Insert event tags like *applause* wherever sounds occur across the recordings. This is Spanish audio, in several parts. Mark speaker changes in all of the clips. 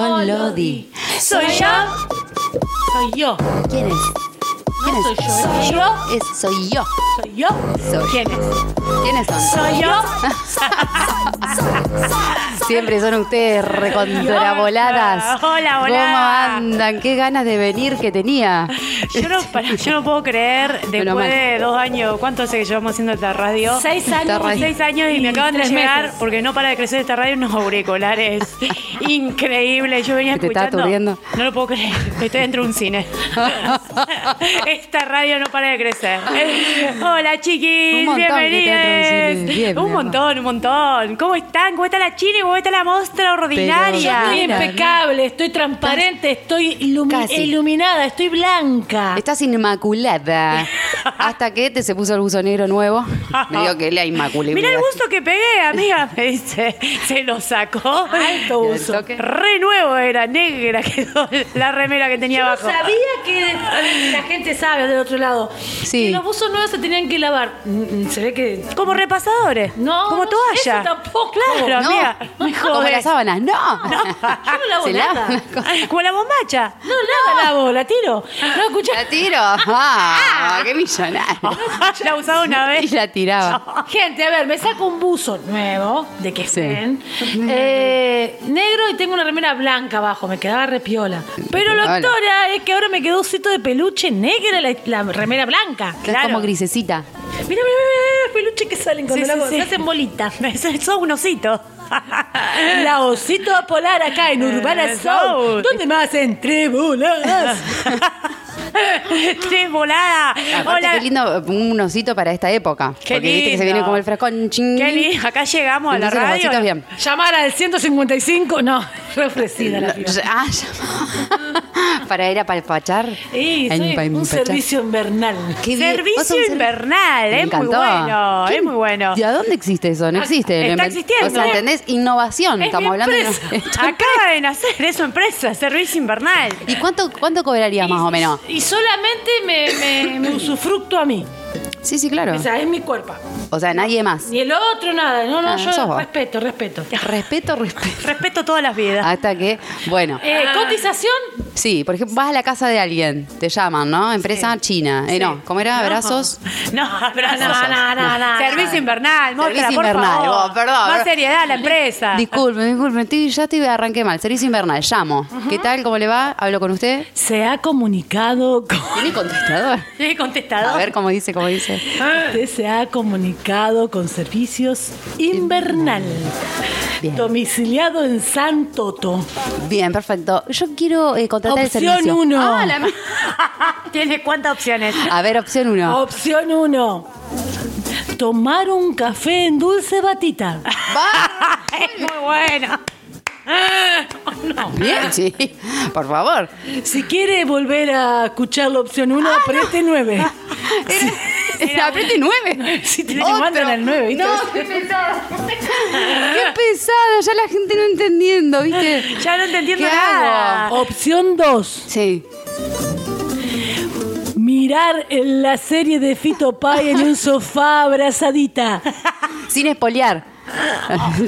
Speaker 1: Melody.
Speaker 2: ¿Soy yo?
Speaker 1: Soy yo.
Speaker 3: ¿Quién es? ¿Quién
Speaker 1: No
Speaker 3: es?
Speaker 1: soy yo.
Speaker 4: ¿eh?
Speaker 5: ¿eh?
Speaker 1: ¿Soy yo?
Speaker 3: Es- soy yo.
Speaker 1: ¿Soy yo?
Speaker 3: Soy-
Speaker 2: ¿Quién es?
Speaker 3: ¿Quiénes son?
Speaker 2: ¿Soy
Speaker 5: *laughs*
Speaker 2: yo?
Speaker 3: Siempre son ustedes recontraboladas.
Speaker 2: Hola,
Speaker 3: ¿Cómo
Speaker 2: hola.
Speaker 3: andan? Qué ganas de venir que tenía.
Speaker 2: Yo
Speaker 3: *laughs*
Speaker 2: no, pará, yo no puedo creer,
Speaker 3: Menos
Speaker 2: después
Speaker 3: mal.
Speaker 2: de dos años, ¿cuánto hace que llevamos haciendo esta radio?
Speaker 5: Seis años.
Speaker 3: Está
Speaker 2: Seis años y me acaban de
Speaker 5: tres
Speaker 2: llegar,
Speaker 5: meses.
Speaker 2: porque no para de crecer esta radio,
Speaker 3: *laughs*
Speaker 2: unos auriculares increíbles. Yo venía
Speaker 3: ¿Te está
Speaker 2: escuchando.
Speaker 3: aturdiendo?
Speaker 2: No lo puedo creer, estoy dentro de
Speaker 3: *laughs*
Speaker 2: un cine. esta radio no para
Speaker 3: *laughs*
Speaker 2: de crecer. Hola,
Speaker 3: Un
Speaker 2: chiquis,
Speaker 3: montón que esté dentro de un cine.
Speaker 2: bienvenidos.
Speaker 3: Bien, mi
Speaker 2: Un
Speaker 3: amor.
Speaker 2: montón, un montón. ¿Cómo están? ¿Cómo está la china? ¿Cómo está la mostra
Speaker 5: Yo
Speaker 2: ordinaria?
Speaker 5: estoy
Speaker 3: Mira,
Speaker 5: impecable, estoy transparente, estoy ilumi-
Speaker 3: Casi.
Speaker 5: iluminada, estoy blanca.
Speaker 3: Estás inmaculada. Hasta que te se puso el buzo negro nuevo. Me dio que la inmaculé.
Speaker 2: Mira el gusto que pegué, amiga, me dice. Se lo sacó. Alto
Speaker 3: ¿Y al buzo. toque?
Speaker 2: Re nuevo era, negra *laughs* quedó la remera que tenía
Speaker 5: Yo
Speaker 2: abajo.
Speaker 5: sabía que de- la gente sabe del otro lado.
Speaker 3: Sí.
Speaker 5: Que los buzos nuevos se tenían que lavar. Mm, mm, Se ve que.
Speaker 2: Como repasadores.
Speaker 5: No,
Speaker 2: Como
Speaker 5: no,
Speaker 2: toalla.
Speaker 5: eso
Speaker 2: *laughs*
Speaker 5: tampoco.
Speaker 2: Claro,
Speaker 3: No,
Speaker 2: amiga. me
Speaker 3: como
Speaker 2: jodés.
Speaker 3: las sábanas. No.
Speaker 5: Yo no lavo
Speaker 3: Se
Speaker 5: nada.
Speaker 3: lava.
Speaker 2: Ay, Como la bombacha.
Speaker 5: No, nada lavo, la *laughs* tiro. No escuchá.
Speaker 3: La tiro. Ah, qué millonario.
Speaker 2: *laughs* la usaba una
Speaker 3: Y
Speaker 2: vez.
Speaker 3: la *laughs* tiraba.
Speaker 5: Gente, a ver, me saco un buzo nuevo, de que
Speaker 3: Sí.
Speaker 5: estén, eh, negro y tengo una remera blanca abajo, me quedaba repiola. Pero lo
Speaker 3: Hola.
Speaker 5: actora es que ahora me quedó un seto de peluche negra la, la remera blanca.
Speaker 3: Estás como grisecita.
Speaker 5: Mira, mira, mira, los peluches que salen cuando
Speaker 2: Sí,
Speaker 5: la
Speaker 2: sí,
Speaker 5: hago,
Speaker 2: sí.
Speaker 5: se hacen bolitas. *laughs*
Speaker 2: Sos un
Speaker 3: *laughs*
Speaker 2: osito.
Speaker 5: La osito polar acá en Urbana
Speaker 2: Eh,
Speaker 5: Soul.
Speaker 2: Soul.
Speaker 5: ¿Dónde más? En Tribunas.
Speaker 2: Tres volada.
Speaker 3: Aparte,
Speaker 2: Hola.
Speaker 3: qué lindo un osito para esta época.
Speaker 2: Qué
Speaker 3: porque viste que se
Speaker 2: lindo.
Speaker 3: viene como el frescón. Ching.
Speaker 2: Qué lindo. Acá llegamos a la
Speaker 3: Entonces los
Speaker 2: radio.
Speaker 3: ositos bien.
Speaker 5: Llamar al 155. No, *laughs* refrescida la piba.
Speaker 3: Ah, ya. *laughs* para ir a palpachar.
Speaker 5: Y soy
Speaker 3: En
Speaker 5: un
Speaker 3: palpachar.
Speaker 5: servicio invernal.
Speaker 3: Qué bien. ¿Vos sos
Speaker 2: Servicio
Speaker 3: un servi-
Speaker 2: invernal,
Speaker 3: Me
Speaker 2: es muy
Speaker 3: encantó.
Speaker 2: bueno, es
Speaker 3: ¿Quién-
Speaker 2: muy bueno. Ah,
Speaker 3: ¿Y a dónde existe eso? No existe. Lo
Speaker 2: está
Speaker 3: invent-
Speaker 2: existiendo.
Speaker 3: O sea, ¿entendés? Innovación.
Speaker 2: Es
Speaker 3: Estamos
Speaker 2: mi
Speaker 3: hablando
Speaker 2: empresa.
Speaker 3: de.
Speaker 2: Acaba de nacer, es su empresa, servicio invernal.
Speaker 3: *laughs* ¿Y cuánto, cuánto cobraría más o menos?
Speaker 5: Y solamente me, me- me usufructo a mí.
Speaker 3: Sí, sí, claro.
Speaker 5: O sea, es mi cuerpo.
Speaker 3: O sea, nadie más.
Speaker 5: Ni el otro, nada. No, no,
Speaker 3: Ah, sos
Speaker 5: yo
Speaker 3: vos.
Speaker 5: respeto, respeto.
Speaker 2: Ah.
Speaker 3: Respeto, respeto.
Speaker 2: Respeto todas las vidas.
Speaker 3: Hasta que, bueno,
Speaker 5: Eh, cotización,
Speaker 3: sí, por ejemplo, vas a la casa de alguien, te llaman, ¿no? Empresa china. Eh, no, ¿cómo era? Abrazos.
Speaker 2: No, abrazos.
Speaker 5: No, no, no, no,
Speaker 2: Servicio
Speaker 3: no.
Speaker 2: invernal, mostra,
Speaker 3: Servicio
Speaker 2: por
Speaker 3: invernal,
Speaker 2: favor.
Speaker 3: vos, perdón,
Speaker 2: Más
Speaker 3: perdón.
Speaker 2: seriedad a la empresa.
Speaker 3: Disculpe, disculpe, estoy- ya te arranqué mal. Servicio invernal, llamo. ¿Qué tal? ¿Cómo le va? ¿Hablo con usted?
Speaker 5: se ha comunicado con...
Speaker 3: ¿Tiene contestador?
Speaker 2: Sí, contestador.
Speaker 3: A ver cómo dice, cómo dice.
Speaker 5: Usted se ha comunicado con servicios invernal.
Speaker 3: Bien.
Speaker 5: Domiciliado en San Toto.
Speaker 3: Bien, perfecto. Yo quiero eh, contratar
Speaker 5: Opción
Speaker 3: el servicio.
Speaker 5: uno.
Speaker 3: Ah, la ma-
Speaker 2: Tiene cuántas opciones.
Speaker 3: *laughs* A ver, opción
Speaker 5: Oh.
Speaker 3: uno.
Speaker 5: Opción 1. Tomar un café en dulce batita.
Speaker 3: Va.
Speaker 2: es muy bueno.
Speaker 3: Bien, sí. Por favor.
Speaker 5: Si quiere volver a escuchar la opción 1,
Speaker 3: Ah, *laughs*
Speaker 5: apriete 9.
Speaker 3: Era, *laughs* Apriete nueve.
Speaker 5: Si te
Speaker 3: Otro.
Speaker 5: mandan al 9, ¿viste?
Speaker 3: No, qué pesada. qué pesada. Ya la gente no entendiendo, ¿viste?
Speaker 2: Ya no te entiendo
Speaker 3: ¿Qué
Speaker 2: nada.
Speaker 5: Opción 2.
Speaker 3: Sí.
Speaker 5: Mirar en la serie de Fito Pai en un
Speaker 3: *laughs*
Speaker 5: sofá abrazadita.
Speaker 3: Sin espolear.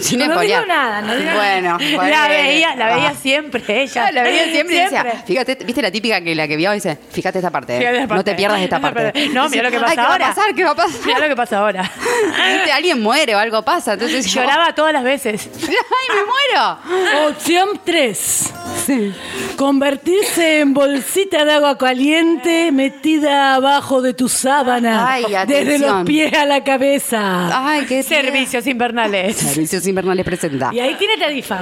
Speaker 3: Sin
Speaker 5: No digo
Speaker 3: espolear.
Speaker 5: nada, no digo
Speaker 3: Bueno,
Speaker 2: La
Speaker 3: ponele.
Speaker 2: veía, la veía
Speaker 3: Ah.
Speaker 2: siempre ella.
Speaker 3: Ah, La *laughs* veía siempre, y decía, fíjate, viste la típica que la que vio dice, fíjate esta parte, eh,
Speaker 2: Fíjate esta
Speaker 3: no
Speaker 2: parte.
Speaker 3: te pierdas esta parte.
Speaker 2: No, mira lo que pasa
Speaker 3: Ay, ¿qué
Speaker 2: ahora.
Speaker 3: va a pasar? ¿Qué va a
Speaker 2: *laughs*
Speaker 3: pasar?
Speaker 2: Mirá lo que pasa ahora.
Speaker 3: Viste, alguien muere o algo pasa, entonces *laughs* yo-
Speaker 2: Lloraba todas las veces.
Speaker 3: *laughs* Ay, me muero.
Speaker 5: Opción 3. Convertirse en bolsita de agua caliente metida abajo de tu sábana.
Speaker 3: Ay,
Speaker 5: desde
Speaker 3: atención.
Speaker 5: los pies a la cabeza.
Speaker 3: Ay, qué
Speaker 2: Servicios invernales.
Speaker 3: Servicios invernales presenta.
Speaker 5: *laughs* Y ahí tiene tarifa.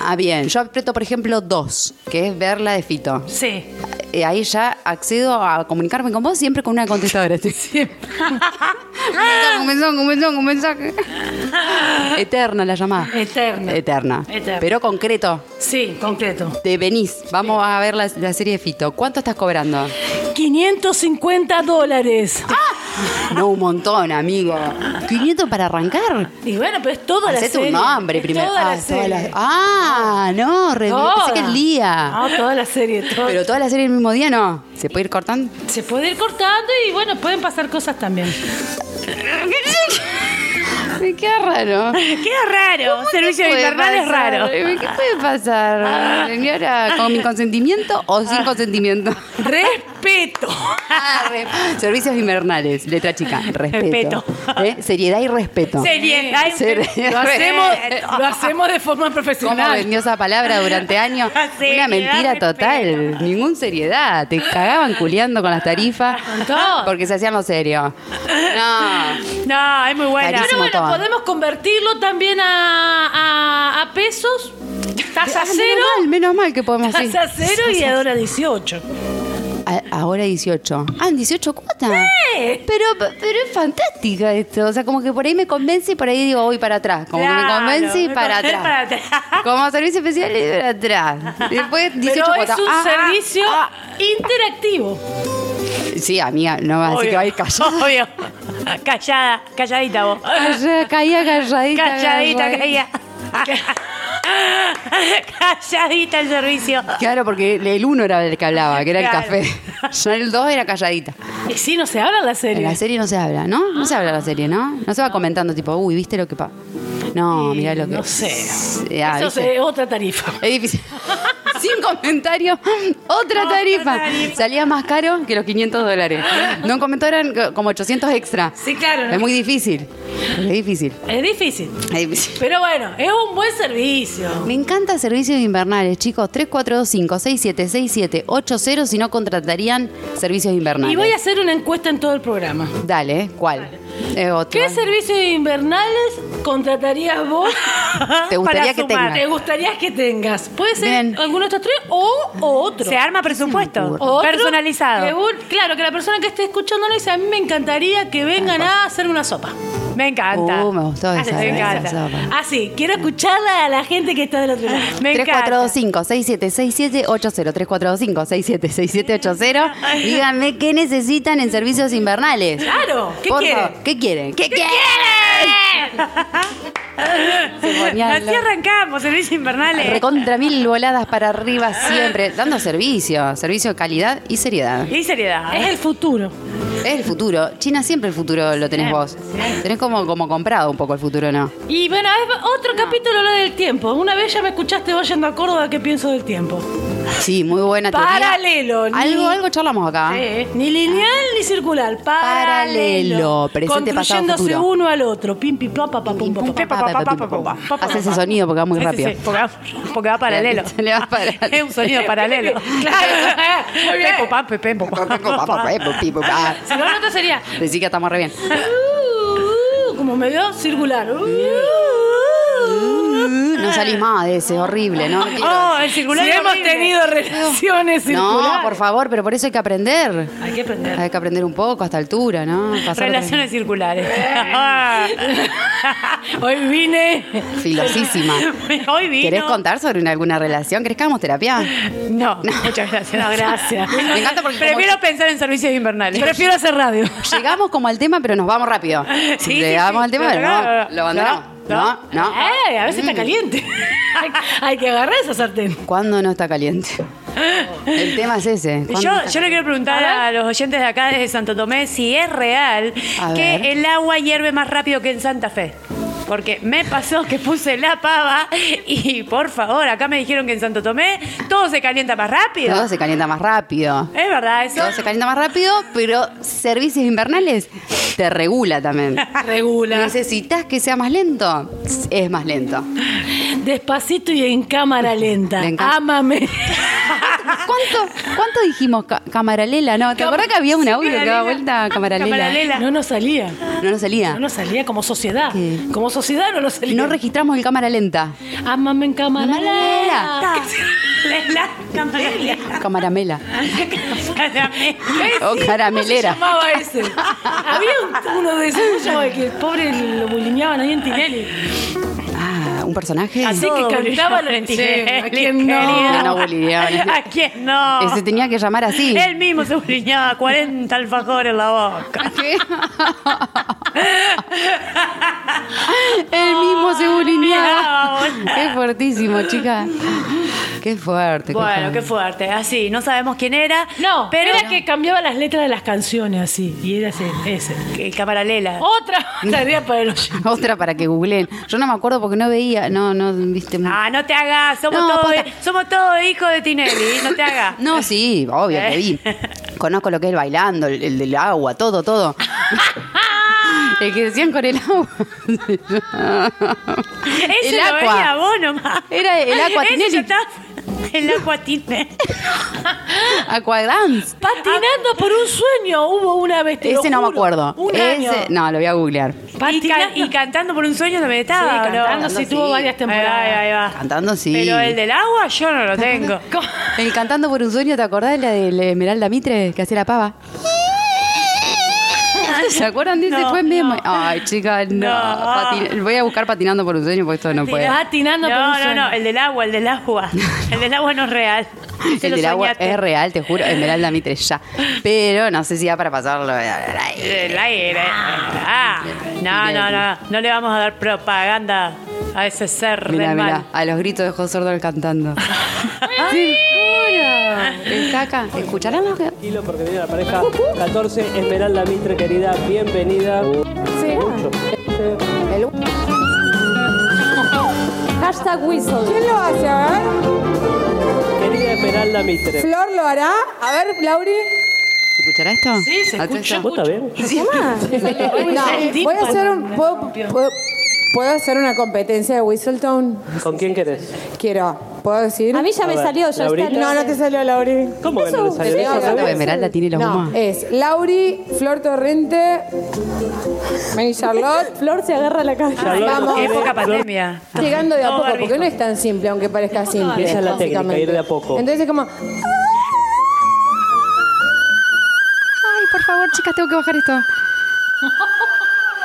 Speaker 3: Ah, bien. Yo aprieto, por ejemplo, dos, que es ver la de Fito.
Speaker 5: Sí.
Speaker 3: Eh, ahí ya accedo a comunicarme con vos siempre con una contestadora. *laughs* Estoy siempre. un mensaje, un mensaje, un
Speaker 2: *laughs*
Speaker 3: mensaje. Eterna la llamada.
Speaker 5: Eterna.
Speaker 3: Eterna.
Speaker 5: Eterna.
Speaker 3: Pero concreto.
Speaker 5: Sí, concreto.
Speaker 3: Te venís, vamos a ver la, la serie de Fito. ¿Cuánto estás cobrando?
Speaker 5: 550 dólares.
Speaker 3: No, un montón, amigo. 500 para arrancar.
Speaker 5: Y bueno, pero es toda la
Speaker 3: Hacete
Speaker 5: serie.
Speaker 3: un nombre
Speaker 5: Es
Speaker 3: primero.
Speaker 5: Toda
Speaker 3: ah,
Speaker 5: la serie.
Speaker 3: toda la- Ah, no, re...
Speaker 5: Toda.
Speaker 3: pensé que el día.
Speaker 5: No, Ah, toda la serie. todo.
Speaker 3: Pero toda la serie el mismo día no. ¿Se puede ir cortando?
Speaker 5: Se puede ir cortando y bueno, pueden pasar cosas también.
Speaker 3: Me queda raro.
Speaker 2: Queda raro. Servicio
Speaker 3: ¿Qué puede
Speaker 2: invernal es
Speaker 3: pasar?
Speaker 2: raro.
Speaker 3: ¿Qué puede
Speaker 5: Ah.
Speaker 3: pasar, señora? ¿Con mi consentimiento o sin consentimiento?
Speaker 2: Respeto.
Speaker 5: Ah,
Speaker 3: Servicios invernales, letra chica, respeto.
Speaker 2: Respeto.
Speaker 3: ¿Eh? Seriedad y respeto.
Speaker 2: Seriedad.
Speaker 3: Seriedad.
Speaker 5: Lo *laughs* hacemos, lo hacemos de forma
Speaker 3: ¿Cómo
Speaker 5: profesional.
Speaker 3: vendió esa palabra durante años? Una
Speaker 2: Seriedad,
Speaker 3: mentira total, ningún seriedad. Te cagaban culeando con las tarifas
Speaker 5: todo.
Speaker 3: porque se hacían lo serio. No,
Speaker 2: No, es muy buena.
Speaker 3: Carísimo.
Speaker 5: Pero bueno,
Speaker 3: todo.
Speaker 5: podemos convertirlo también a, a- a pesos. Tasa
Speaker 3: Ah,
Speaker 5: cero.
Speaker 3: Menos mal, menos mal que podemos ir.
Speaker 5: Tasa cero y ahora 18.
Speaker 3: A- Ahora 18. Ah, en 18 cuotas. Pero, pero es fantástica esto. O sea, como que por ahí me convence y por ahí digo, voy para atrás. Como que me
Speaker 2: Claro,
Speaker 3: convence y
Speaker 2: me
Speaker 3: para
Speaker 2: convence
Speaker 3: atrás.
Speaker 2: para
Speaker 3: *laughs*
Speaker 2: atrás.
Speaker 3: Como servicio especial y para atrás. Después 18
Speaker 5: Pero es
Speaker 3: cuotas.
Speaker 5: un
Speaker 3: Ah, ah,
Speaker 5: servicio
Speaker 3: ah.
Speaker 5: interactivo. *laughs*
Speaker 3: Sí, amiga, no vas a decir que vais callada.
Speaker 2: Obvio. Callada, calladita vos.
Speaker 3: Calla- Caía calladita.
Speaker 2: Calladita, caía. *laughs* Calladita el servicio.
Speaker 3: Claro, porque el uno era el que hablaba, que era
Speaker 2: Claro.
Speaker 3: el café. *laughs* Ya el dos era calladita.
Speaker 5: Y sí, no se habla en la
Speaker 3: En
Speaker 5: serie.
Speaker 3: la serie no se habla, ¿no? No se habla en la serie, ¿no? No se va comentando tipo, uy, ¿viste lo que pasa? No, mirá lo que...
Speaker 5: No sé.
Speaker 3: Ah,
Speaker 5: Eso
Speaker 3: ¿viste?
Speaker 5: es otra tarifa.
Speaker 3: Es difícil. *laughs* Sin comentario, otra tarifa.
Speaker 2: tarifa.
Speaker 3: Salía más caro que los 500 dólares. No comentó, eran co- como 800 extra.
Speaker 5: Sí, claro.
Speaker 3: Es muy difícil. Es difícil.
Speaker 5: Es difícil.
Speaker 3: Es difícil.
Speaker 5: Pero bueno, es un buen servicio.
Speaker 3: Me encanta servicios invernales, chicos. 3425-676780 si no contratarían servicios invernales.
Speaker 5: Y voy a hacer una encuesta en todo el programa.
Speaker 3: Dale, ¿cuál? Eh, otro.
Speaker 5: ¿Qué servicios invernales contratarías
Speaker 3: *laughs*
Speaker 5: vos?
Speaker 3: ¿Te gustaría
Speaker 2: para
Speaker 3: que
Speaker 2: sumar?
Speaker 3: tenga?
Speaker 5: ¿Te gustaría que tengas? Puede ser
Speaker 3: Bien.
Speaker 5: alguno de estos tres o, o otro.
Speaker 2: Se arma presupuesto.
Speaker 5: O otro que
Speaker 2: Personalizado.
Speaker 5: un- claro, que la persona que esté escuchándonos dice, a mí me encantaría que vengan a hacerme una sopa.
Speaker 2: Me encanta.
Speaker 3: Uh, me gustó
Speaker 2: Ah,
Speaker 3: esa,
Speaker 2: Me
Speaker 3: esa,
Speaker 2: encanta.
Speaker 3: esa. Sopa.
Speaker 5: Así, quiero escucharla a la gente que está del otro
Speaker 3: *laughs*
Speaker 5: lado.
Speaker 2: Me encanta.
Speaker 5: *laughs*
Speaker 3: 3425-676780. Díganme qué necesitan en servicios invernales.
Speaker 5: Claro, ¿qué
Speaker 3: Por
Speaker 5: quieren?
Speaker 3: favor, ¿Qué quieren? ¿Qué, quieren? Se ponían
Speaker 2: Así arrancamos, servicios
Speaker 3: los-
Speaker 2: invernales.
Speaker 3: Recontra mil voladas para arriba siempre, dando servicio, servicio de calidad y seriedad.
Speaker 2: Y seriedad.
Speaker 5: Es el futuro.
Speaker 3: Es el futuro. China siempre el futuro lo tenés vos. Tenés como, como comprado un poco el futuro, ¿no?
Speaker 5: Y bueno, es otro capítulo lo del tiempo. Una vez ya me escuchaste vos yendo a Córdoba, ¿qué pienso del tiempo?
Speaker 3: Sí, muy buena teoría.
Speaker 5: Paralelo. ni-
Speaker 3: Algo, algo charlamos acá.
Speaker 5: Sí, ¿eh? Ni lineal ni circular. Paralelo.
Speaker 3: Paralelo, presente, pasado,
Speaker 5: Construyéndose
Speaker 3: futuro.
Speaker 5: uno al otro. Pim, pim, pa, pa, pa, pum, pa, pa, pa.
Speaker 2: pa, pa, pa, pa, pa, pa, pa, pa.
Speaker 3: Hace ese sonido porque va muy
Speaker 2: Sí, sí,
Speaker 3: rápido.
Speaker 2: sí, porque, va, porque va paralelo.
Speaker 3: *laughs* Le va paralelo.
Speaker 2: *laughs* Es un
Speaker 5: *laughs*
Speaker 2: sonido paralelo. *laughs*
Speaker 5: Claro. Muy bien.
Speaker 2: Pepo, pa, pe, pepo, pa.
Speaker 3: eh,
Speaker 5: Si no, el otro sería.
Speaker 3: Decí que estamos re bien.
Speaker 5: uh, Como medio circular. Uh,
Speaker 3: Uh, No salís más de ese, horrible, ¿no? No quiero-
Speaker 2: Oh, el circular
Speaker 5: Si
Speaker 2: es
Speaker 5: hemos
Speaker 2: horrible.
Speaker 5: tenido relaciones circulares.
Speaker 3: No, por favor, pero por eso hay que aprender.
Speaker 5: Hay que aprender.
Speaker 3: Hay que aprender un poco a esta altura, ¿no? Pasar
Speaker 2: *laughs* Relaciones circulares.
Speaker 5: *laughs* Hoy vine.
Speaker 3: otra- Filosísima.
Speaker 5: *laughs*
Speaker 2: Hoy *laughs* vino.
Speaker 3: ¿Querés contar sobre una- alguna relación? ¿Querés que hagamos terapia?
Speaker 2: No, muchas gracias.
Speaker 5: No, *laughs* gracias.
Speaker 3: Me encanta porque como-
Speaker 2: Prefiero pensar en servicios invernales.
Speaker 5: Prefiero hacer radio.
Speaker 3: llegamos como al tema, pero nos vamos rápido.
Speaker 2: *laughs* Sí, sí,
Speaker 3: llegamos
Speaker 2: sí,
Speaker 3: al tema,
Speaker 2: no,
Speaker 3: pero
Speaker 2: no,
Speaker 3: no,
Speaker 2: no.
Speaker 3: lo abandonamos. No,
Speaker 2: No,
Speaker 3: no.
Speaker 5: Eh, a veces
Speaker 2: mm.
Speaker 5: está
Speaker 2: *laughs*
Speaker 5: caliente. Hay- Hay que agarrar esa sartén.
Speaker 3: ¿Cuándo no está
Speaker 2: *laughs*
Speaker 3: caliente? El tema es ese. ¿Cuándo
Speaker 2: Yo,
Speaker 3: no está
Speaker 2: yo le quiero preguntar
Speaker 5: A
Speaker 2: a, los oyentes de acá desde Santo Tomé si es real
Speaker 3: A
Speaker 2: que
Speaker 3: ver.
Speaker 2: el agua hierve más rápido que en Santa Fe. Porque me pasó que puse la pava y por favor, acá me dijeron que en Santo Tomé todo se calienta más rápido.
Speaker 3: Todo se calienta más rápido.
Speaker 2: Es verdad eso.
Speaker 3: Todo se calienta más rápido, pero servicios invernales te regula
Speaker 2: *laughs*
Speaker 3: también.
Speaker 5: Regula.
Speaker 3: ¿Necesitas que sea más lento? Es más lento.
Speaker 5: Despacito y en cámara lenta.
Speaker 3: Me encanta.
Speaker 5: Ámame.
Speaker 3: ¿Cuánto, cuánto dijimos ca- camaralela? No, ¿te acordás que había un audio que daba vuelta a camaralela?
Speaker 2: Camaralela.
Speaker 5: No nos salía.
Speaker 3: No nos salía.
Speaker 5: No nos salía como sociedad.
Speaker 3: ¿Qué?
Speaker 5: Como sociedad no nos
Speaker 3: Y
Speaker 5: salía.
Speaker 3: no registramos el cámara lenta.
Speaker 5: Ámame en cámara lenta.
Speaker 2: Camaralela.
Speaker 3: *laughs*
Speaker 2: Camaralela. *laughs*
Speaker 3: Camaramela.
Speaker 2: Camaralela.
Speaker 3: O caramelera.
Speaker 5: Llamaba ese. Había un- uno de esos ¿cómo se llamaba? que el pobre lo bulineaban ahí en Tinelli.
Speaker 3: Ah, un personaje.
Speaker 5: Así que
Speaker 2: Todo
Speaker 5: cantaba
Speaker 2: brillaba
Speaker 5: la
Speaker 2: en
Speaker 5: Tinelli. ¿A
Speaker 2: Tinelli,
Speaker 5: quién
Speaker 2: querido.
Speaker 3: No, no,
Speaker 5: no?
Speaker 3: boliviano.
Speaker 2: *laughs* ¿A quién no?
Speaker 3: Eh, Se tenía que llamar así. *laughs*
Speaker 2: Él mismo se briñaba 40 alfajores en la boca.
Speaker 3: ¿Qué? El mismo se bulineaba.
Speaker 2: Mirá, vos.
Speaker 3: Qué fuertísimo, chica. Qué fuerte.
Speaker 2: Bueno,
Speaker 3: qué
Speaker 2: qué fuerte. Así, no sabemos quién era.
Speaker 5: No,
Speaker 2: pero
Speaker 5: era que cambiaba las letras de las canciones así. Y era ese. ese.
Speaker 2: que
Speaker 3: *laughs*
Speaker 2: Camaralela.
Speaker 5: Otra tarea para el oyente.
Speaker 3: Otra para que googleen. Yo no me acuerdo porque no veía, no, no viste mucho.
Speaker 2: Ah, no te hagas, somos
Speaker 3: No,
Speaker 2: todos
Speaker 3: posta.
Speaker 2: somos todos hijos de Tinelli, no te hagas.
Speaker 3: No, sí, obvio que
Speaker 2: *laughs*
Speaker 3: vi. Conozco lo que es el bailando, el, el del agua, todo,
Speaker 2: *laughs*
Speaker 3: todo. El que decían con el agua.
Speaker 2: Ese
Speaker 3: *laughs* El
Speaker 2: lo
Speaker 3: Aqua.
Speaker 2: veía vos nomás.
Speaker 3: *laughs* Era el Aqua
Speaker 2: Ese
Speaker 3: Tinelli.
Speaker 2: ya está- *laughs* El Aqua Tinelli.
Speaker 3: Aquadance.
Speaker 5: Patinando por un sueño hubo una vez. te lo
Speaker 3: Ese no me
Speaker 5: juro.
Speaker 3: acuerdo.
Speaker 5: Un año.
Speaker 3: Ese, no, lo voy a googlear.
Speaker 2: Y, ca-
Speaker 5: Patinando.
Speaker 2: y cantando por un sueño también
Speaker 5: Sí,
Speaker 2: estaba. ¿o no?
Speaker 5: cantando, sí,
Speaker 3: Cantando,
Speaker 5: tuvo
Speaker 3: sí.
Speaker 5: varias
Speaker 2: Ahí va,
Speaker 5: temporadas.
Speaker 2: ahí va, ahí va.
Speaker 3: Cantando sí.
Speaker 2: Pero el del agua yo no lo tengo.
Speaker 5: *laughs* ¿Cómo?
Speaker 3: El cantando por un sueño, ¿te acordás la de la Esmeralda Mitre que hacía la
Speaker 2: *laughs*
Speaker 3: pava? ¿Se acuerdan de ese?
Speaker 2: No,
Speaker 3: Fue medio ma- Ay, chicas, no.
Speaker 2: No.
Speaker 3: Pati- Voy a buscar patinando por un sueño porque esto no puede.
Speaker 5: Patinando por un
Speaker 2: No, no,
Speaker 5: sueño.
Speaker 2: no, el del agua, el del
Speaker 3: *laughs*
Speaker 2: agua. El del agua no es real. Se
Speaker 3: El
Speaker 2: lo
Speaker 3: del agua
Speaker 2: soñaste.
Speaker 3: es real, te juro. Esmeralda Mitre ya. Pero no sé si da para pasarlo.
Speaker 2: El aire. Ah, no, no, no. No le vamos a dar propaganda a ese ser
Speaker 3: Mira,
Speaker 2: del mal.
Speaker 3: mira, a los gritos de José Sordo
Speaker 2: *laughs*
Speaker 3: cantando. Sí, juro. Está acá. ¿Escucharán los que.?
Speaker 6: Kilo porque viene la pareja 14, Esmeralda Mitre, querida, bienvenida.
Speaker 7: Hashtag whistle.
Speaker 8: ¿Quién lo hace? A ver.
Speaker 6: Querida Esmeralda Mitre.
Speaker 8: ¿Flor lo hará? A ver, Lauri.
Speaker 3: ¿Se ¿Escuchará esto?
Speaker 5: Sí, se
Speaker 3: Atento.
Speaker 5: escucha.
Speaker 6: ¿Vos estás bien?
Speaker 8: No, voy a hacer un. ¿Puedo, puedo- puedo hacer una competencia de Whistletone?
Speaker 6: ¿Con quién querés?
Speaker 8: Quiero. ¿Puedo decir?
Speaker 7: A mí ya
Speaker 6: A
Speaker 7: me
Speaker 6: ver,
Speaker 7: salió, ya
Speaker 6: Laurita.
Speaker 7: está.
Speaker 8: No, no te salió, Lauri.
Speaker 6: ¿Cómo que no le salió?
Speaker 8: Eso,
Speaker 6: ¿Ya
Speaker 3: *laughs*
Speaker 8: eso,
Speaker 6: sabés?
Speaker 3: Esmeralda tiene los
Speaker 8: No,
Speaker 3: gomas.
Speaker 8: es Lauri, Flor Torrente, May Charlotte.
Speaker 7: *laughs* Flor se agarra la cabeza.
Speaker 2: Ay,
Speaker 8: Vamos.
Speaker 2: qué época pandemia.
Speaker 8: Llegando de a
Speaker 2: Todo
Speaker 8: poco,
Speaker 2: barbijo.
Speaker 8: porque no es tan simple, aunque parezca simple.
Speaker 6: Esa es la técnica,
Speaker 8: básicamente.
Speaker 6: ir de a poco.
Speaker 8: Entonces es como,
Speaker 3: Ay, por favor, chicas, tengo que bajar esto.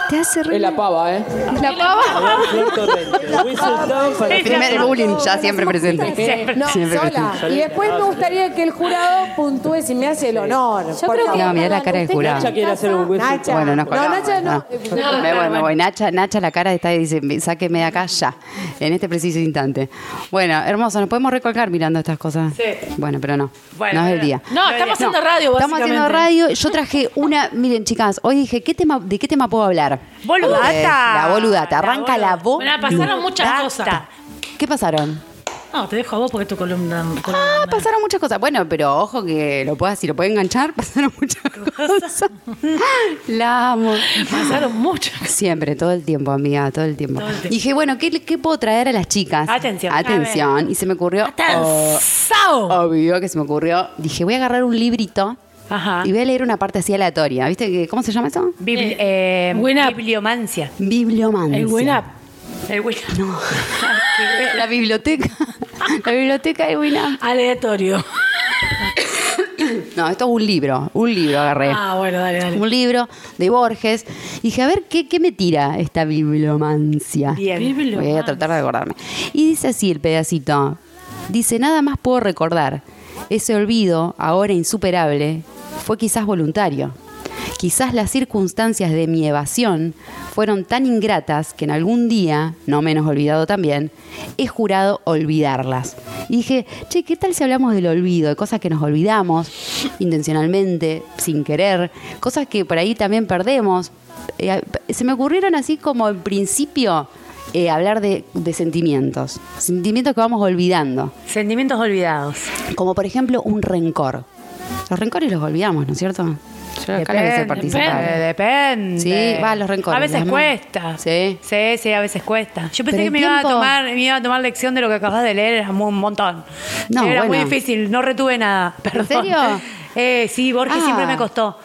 Speaker 3: Te hace re.
Speaker 8: es la pava, ¿eh?
Speaker 3: la pava.
Speaker 6: Flor Torrente. Whistledown para
Speaker 3: Primer bullying, ya siempre presente.
Speaker 8: No,
Speaker 3: Siempre
Speaker 8: sola. Y después me gustaría que el jurado puntúe si me hace el honor.
Speaker 7: Yo
Speaker 8: por
Speaker 7: creo que.
Speaker 3: No, mirá la
Speaker 7: Nacho,
Speaker 3: cara del
Speaker 7: usted
Speaker 3: jurado.
Speaker 6: Nacha
Speaker 7: está en
Speaker 6: quiere hacer un
Speaker 7: casa.
Speaker 6: whistle.
Speaker 8: Nacha.
Speaker 3: Bueno, nos
Speaker 8: No,
Speaker 3: colgamos,
Speaker 8: Nacha no.
Speaker 3: Me voy, me voy. Nacha, Nacha, la cara está y dice, "Me- sáqueme de acá ya, en este preciso instante. Bueno, hermoso, nos podemos recolgar mirando estas cosas.
Speaker 2: Sí.
Speaker 3: Bueno, pero no.
Speaker 2: Bueno,
Speaker 3: no es el
Speaker 2: pero-
Speaker 3: día.
Speaker 5: No, estamos
Speaker 3: No,
Speaker 5: haciendo radio,
Speaker 3: Estamos haciendo
Speaker 5: básicamente.
Speaker 3: radio. Yo traje una, miren, chicas, hoy dije, ¿qué tema, ¿de qué tema puedo hablar?
Speaker 2: Boludata.
Speaker 3: Eh, la boludata. Arranca la,
Speaker 2: boluda.
Speaker 3: voz.
Speaker 5: Bueno, pasaron muchas cosas.
Speaker 2: Data.
Speaker 3: ¿Qué pasaron?
Speaker 5: No, te dejo a vos porque es tu columna.
Speaker 3: Ah,
Speaker 5: columna.
Speaker 3: pasaron muchas cosas. Bueno, pero ojo que lo puedas, si lo puede enganchar, *laughs* pasaron muchas cosas. La amo.
Speaker 5: Pasaron muchas.
Speaker 3: Siempre, todo el tiempo, amiga, todo el tiempo.
Speaker 5: Todo el tiempo.
Speaker 3: Dije, bueno, ¿qué, ¿qué puedo traer a las chicas?
Speaker 2: Atención.
Speaker 3: Atención. Y se me ocurrió. oh,
Speaker 5: ¡Cansado!
Speaker 3: Obvio que se me ocurrió. Dije, voy a agarrar un librito
Speaker 5: Ah.
Speaker 2: Ajá.
Speaker 3: y voy a leer una parte así aleatoria. ¿Viste? que- ¿Cómo se llama eso?
Speaker 2: Bibli- eh,
Speaker 5: Buena.
Speaker 2: bibliomancia.
Speaker 3: Bibliomancia.
Speaker 5: El WinApp.
Speaker 2: El Wicca.
Speaker 5: *laughs*
Speaker 3: *laughs* La biblioteca. La biblioteca de Winamp.
Speaker 5: Aleatorio.
Speaker 3: No, esto es un libro. Un libro agarré.
Speaker 5: Ah, bueno, dale, dale.
Speaker 3: un libro de Borges. Y dije, a ver, ¿qué, qué me tira esta bibliomancia?
Speaker 2: Bien.
Speaker 3: Voy a tratar de acordarme. Y dice así el pedacito. Dice, nada más puedo recordar. Ese olvido, ahora insuperable, fue quizás voluntario. Quizás las circunstancias de mi evasión fueron tan ingratas que en algún día, no menos olvidado también, he jurado olvidarlas. Y dije, che, ¿qué tal si hablamos del olvido, de cosas que nos olvidamos intencionalmente, sin querer, cosas que por ahí también perdemos? Eh, se me ocurrieron así como en principio eh, hablar de, de sentimientos, sentimientos que vamos olvidando,
Speaker 2: Sentimientos olvidados.
Speaker 3: como por ejemplo un rencor. Los rencores los olvidamos, ¿no es cierto? Yo acá la voy a hacer participar.
Speaker 2: depende, depende.
Speaker 3: Sí, va, los rencores,
Speaker 2: A veces
Speaker 3: las manos.
Speaker 2: cuesta.
Speaker 3: Sí.
Speaker 2: Sí, sí, a veces cuesta. Yo
Speaker 3: Pero
Speaker 2: pensé que
Speaker 3: el
Speaker 2: me iba, a
Speaker 3: tiempo-
Speaker 2: tomar, me iba a tomar lección de lo que acabas de leer, era mu- un montón.
Speaker 3: No,
Speaker 2: era muy
Speaker 3: bueno.
Speaker 2: difícil, no retuve nada. Perdón.
Speaker 3: serio?
Speaker 2: *laughs* Eh, sí, Borges
Speaker 3: Ah.
Speaker 2: siempre me costó.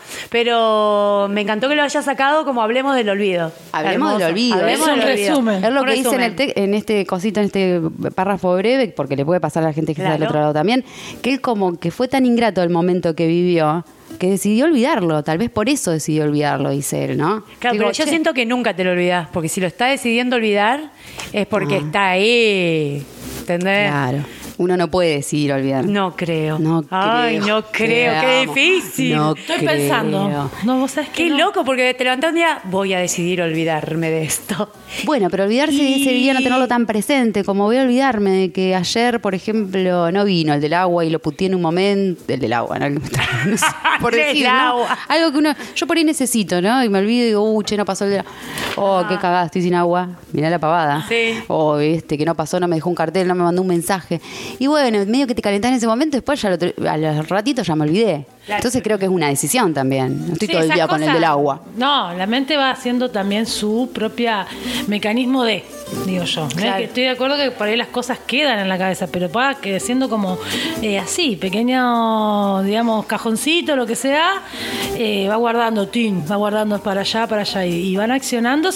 Speaker 2: Pero me encantó que lo hayas sacado como hablemos del olvido.
Speaker 3: Hablemos
Speaker 2: Hermoso.
Speaker 3: del olvido.
Speaker 2: Hablemos
Speaker 5: Es un
Speaker 2: del olvido.
Speaker 5: resumen.
Speaker 3: Es lo
Speaker 2: Un
Speaker 3: que dice en,
Speaker 2: resumen.
Speaker 3: el te- en este cosito, en este párrafo breve, porque le puede pasar a la gente que está del
Speaker 2: Claro.
Speaker 3: otro lado también, que él como que fue tan ingrato el momento que vivió que decidió olvidarlo. Tal vez por eso decidió olvidarlo, dice él, ¿no?
Speaker 2: Claro,
Speaker 3: Digo,
Speaker 2: pero yo
Speaker 3: "Che,
Speaker 2: siento que nunca te lo olvidás, porque si lo está decidiendo olvidar es porque está ahí. ¿Entendés?
Speaker 3: Ah. Claro. Uno no puede decidir olvidar.
Speaker 2: No creo.
Speaker 3: No creo.
Speaker 2: Ay, no creo. Qué
Speaker 3: Amo.
Speaker 2: difícil.
Speaker 3: No
Speaker 5: Estoy
Speaker 3: creo.
Speaker 5: pensando. No, vos sabés que
Speaker 2: Qué
Speaker 5: no.
Speaker 2: loco, porque te levantás un día, voy a decidir olvidarme de esto. *laughs*
Speaker 3: Bueno, pero olvidarse de ese día, no tenerlo tan presente, como voy a olvidarme de que ayer, por ejemplo, no vino el del agua y lo puteé en un momento, el del agua, ¿no? *laughs* No sé, por
Speaker 2: Del
Speaker 3: decir, ¿no?
Speaker 2: agua.
Speaker 3: Algo que uno, yo por ahí necesito, ¿no? Y me olvido y digo, uh, che, no pasó el del agua. Oh, qué cagada, estoy sin agua. Mirá la pavada.
Speaker 2: Sí.
Speaker 3: Oh, este, que no pasó, no me dejó un cartel, no me mandó un mensaje. Y bueno, medio que te calentás en ese momento, después ya lo te- a los ratitos ya me olvidé. Entonces creo que es una decisión también. No estoy
Speaker 5: Sí,
Speaker 3: todo el
Speaker 5: esas
Speaker 3: día con el
Speaker 5: cosas-
Speaker 3: del agua.
Speaker 5: No, la mente va haciendo también su propia mecanismo de, digo yo. No es
Speaker 2: Claro.
Speaker 5: que estoy de acuerdo que por ahí las cosas quedan en la cabeza, pero va creciendo como eh, así, pequeño, digamos, cajoncito, lo que sea, eh, va guardando tin, va guardando para allá, para allá, y, y van accionando.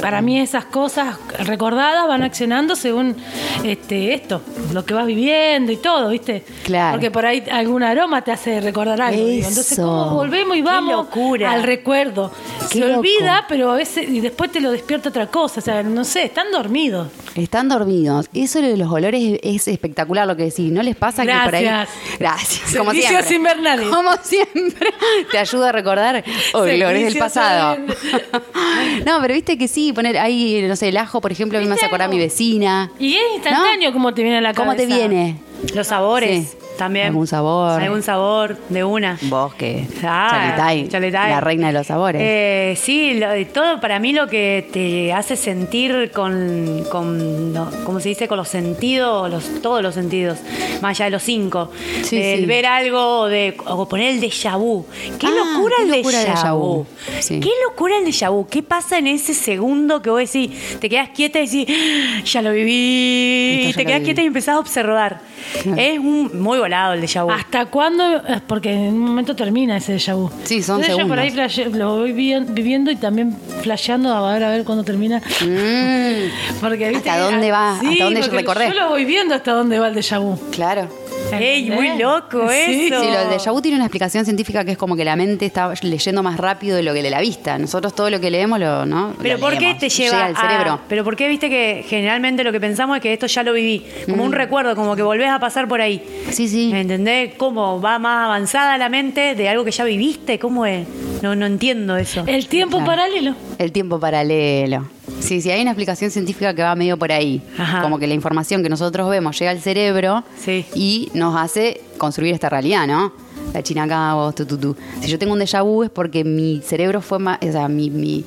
Speaker 5: Para mí esas cosas recordadas van accionando según este esto, lo que vas viviendo y todo, ¿viste?
Speaker 3: Claro.
Speaker 5: Porque por ahí algún aroma te hace recordar algo. digo. Entonces,
Speaker 3: Eso.
Speaker 5: ¿cómo volvemos y vamos
Speaker 2: locura.
Speaker 5: al recuerdo.
Speaker 3: Qué
Speaker 5: Se
Speaker 3: loco.
Speaker 5: olvida, pero a veces y después te lo despierta otra cosa. O sea, no sé, están dormidos.
Speaker 3: Están dormidos. Eso de los olores es es espectacular lo que decís. ¿No les pasa que por ahí?
Speaker 5: Gracias.
Speaker 3: Gracias. Como
Speaker 5: Servicios
Speaker 3: siempre.
Speaker 5: invernales.
Speaker 3: Como siempre. Te ayuda a recordar olores del
Speaker 5: Servicios
Speaker 3: pasado. *laughs*
Speaker 5: invernales.
Speaker 3: no, pero viste que sí, poner ahí, no sé, el ajo, por ejemplo, a mí me hace acordar a mi vecina.
Speaker 5: Y es instantáneo
Speaker 3: ¿No?
Speaker 5: como te viene a la
Speaker 3: ¿Cómo
Speaker 5: cabeza.
Speaker 3: te viene?
Speaker 2: Los sabores
Speaker 3: Sí.
Speaker 2: también.
Speaker 3: Algún sabor.
Speaker 2: Algún sabor de una.
Speaker 3: Vos que
Speaker 2: Ah,
Speaker 3: Chaletay,
Speaker 2: Chaletay.
Speaker 3: la reina de los sabores.
Speaker 2: Eh, sí, lo- de todo para mí lo que te hace sentir con, con no, ¿cómo se dice? Con los sentidos, los, todos los sentidos, más allá de los cinco.
Speaker 3: Sí,
Speaker 2: el
Speaker 3: sí.
Speaker 2: ver algo, de, o poner el déjà vu. ¡Qué
Speaker 3: Ah,
Speaker 2: locura
Speaker 3: qué
Speaker 2: el
Speaker 3: locura el
Speaker 2: déjà
Speaker 3: déjà
Speaker 2: vu!
Speaker 3: vu. Sí.
Speaker 2: ¡Qué locura el déjà vu! ¿Qué pasa en ese segundo que vos decís, te quedas quieta y decís, "Ah, ya lo viví,
Speaker 3: Esto
Speaker 2: y
Speaker 3: ya
Speaker 2: te
Speaker 3: lo
Speaker 2: quedas
Speaker 3: viví.
Speaker 2: quieta y empezás a observar?
Speaker 3: Claro.
Speaker 2: Es un, muy volado el déjà vu.
Speaker 5: ¿Hasta cuándo? Eh, Porque en un momento termina ese déjà vu.
Speaker 3: Sí, son
Speaker 5: Entonces yo
Speaker 3: segundos.
Speaker 5: por ahí flashe- lo voy vi- viviendo y también flasheando a ver a ver cuándo termina.
Speaker 3: Mm,
Speaker 5: Porque, ¿viste? ah,
Speaker 3: ¿Hasta dónde va?
Speaker 5: Sí,
Speaker 3: ¿Hasta dónde yo
Speaker 5: porque
Speaker 3: recordé?
Speaker 5: Yo lo voy viendo hasta dónde va el déjà vu.
Speaker 3: claro.
Speaker 2: ¡Ey, muy
Speaker 5: ¿Entendés?
Speaker 2: loco
Speaker 5: Sí.
Speaker 2: eso!
Speaker 3: Sí, lo del déjà vu tiene una explicación científica que es como que la mente está leyendo más rápido de lo que lee la vista. Nosotros todo lo que leemos lo, ¿no?
Speaker 2: Pero
Speaker 3: Lo
Speaker 2: ¿por qué
Speaker 3: leemos.
Speaker 2: te lleva
Speaker 3: Llega al
Speaker 2: a-
Speaker 3: cerebro.
Speaker 2: Pero ¿por qué viste que generalmente lo que pensamos es que esto ya lo viví? Como
Speaker 3: Mm.
Speaker 2: un recuerdo, como que volvés a pasar por ahí.
Speaker 3: Sí, sí.
Speaker 2: ¿Entendés? ¿Cómo va más avanzada la mente de algo que ya viviste? ¿Cómo es? No, no entiendo eso.
Speaker 5: El tiempo
Speaker 3: Claro.
Speaker 5: paralelo.
Speaker 3: El tiempo paralelo. Sí, sí, hay una explicación científica que va medio por ahí.
Speaker 2: Ajá.
Speaker 3: Como que la información que nosotros vemos llega al cerebro
Speaker 2: Sí.
Speaker 3: y nos hace construir esta realidad, ¿no? La china acá, vos, tu, tu, tu. Si yo tengo un déjà vu es porque mi cerebro fue más, o sea, mi, mi,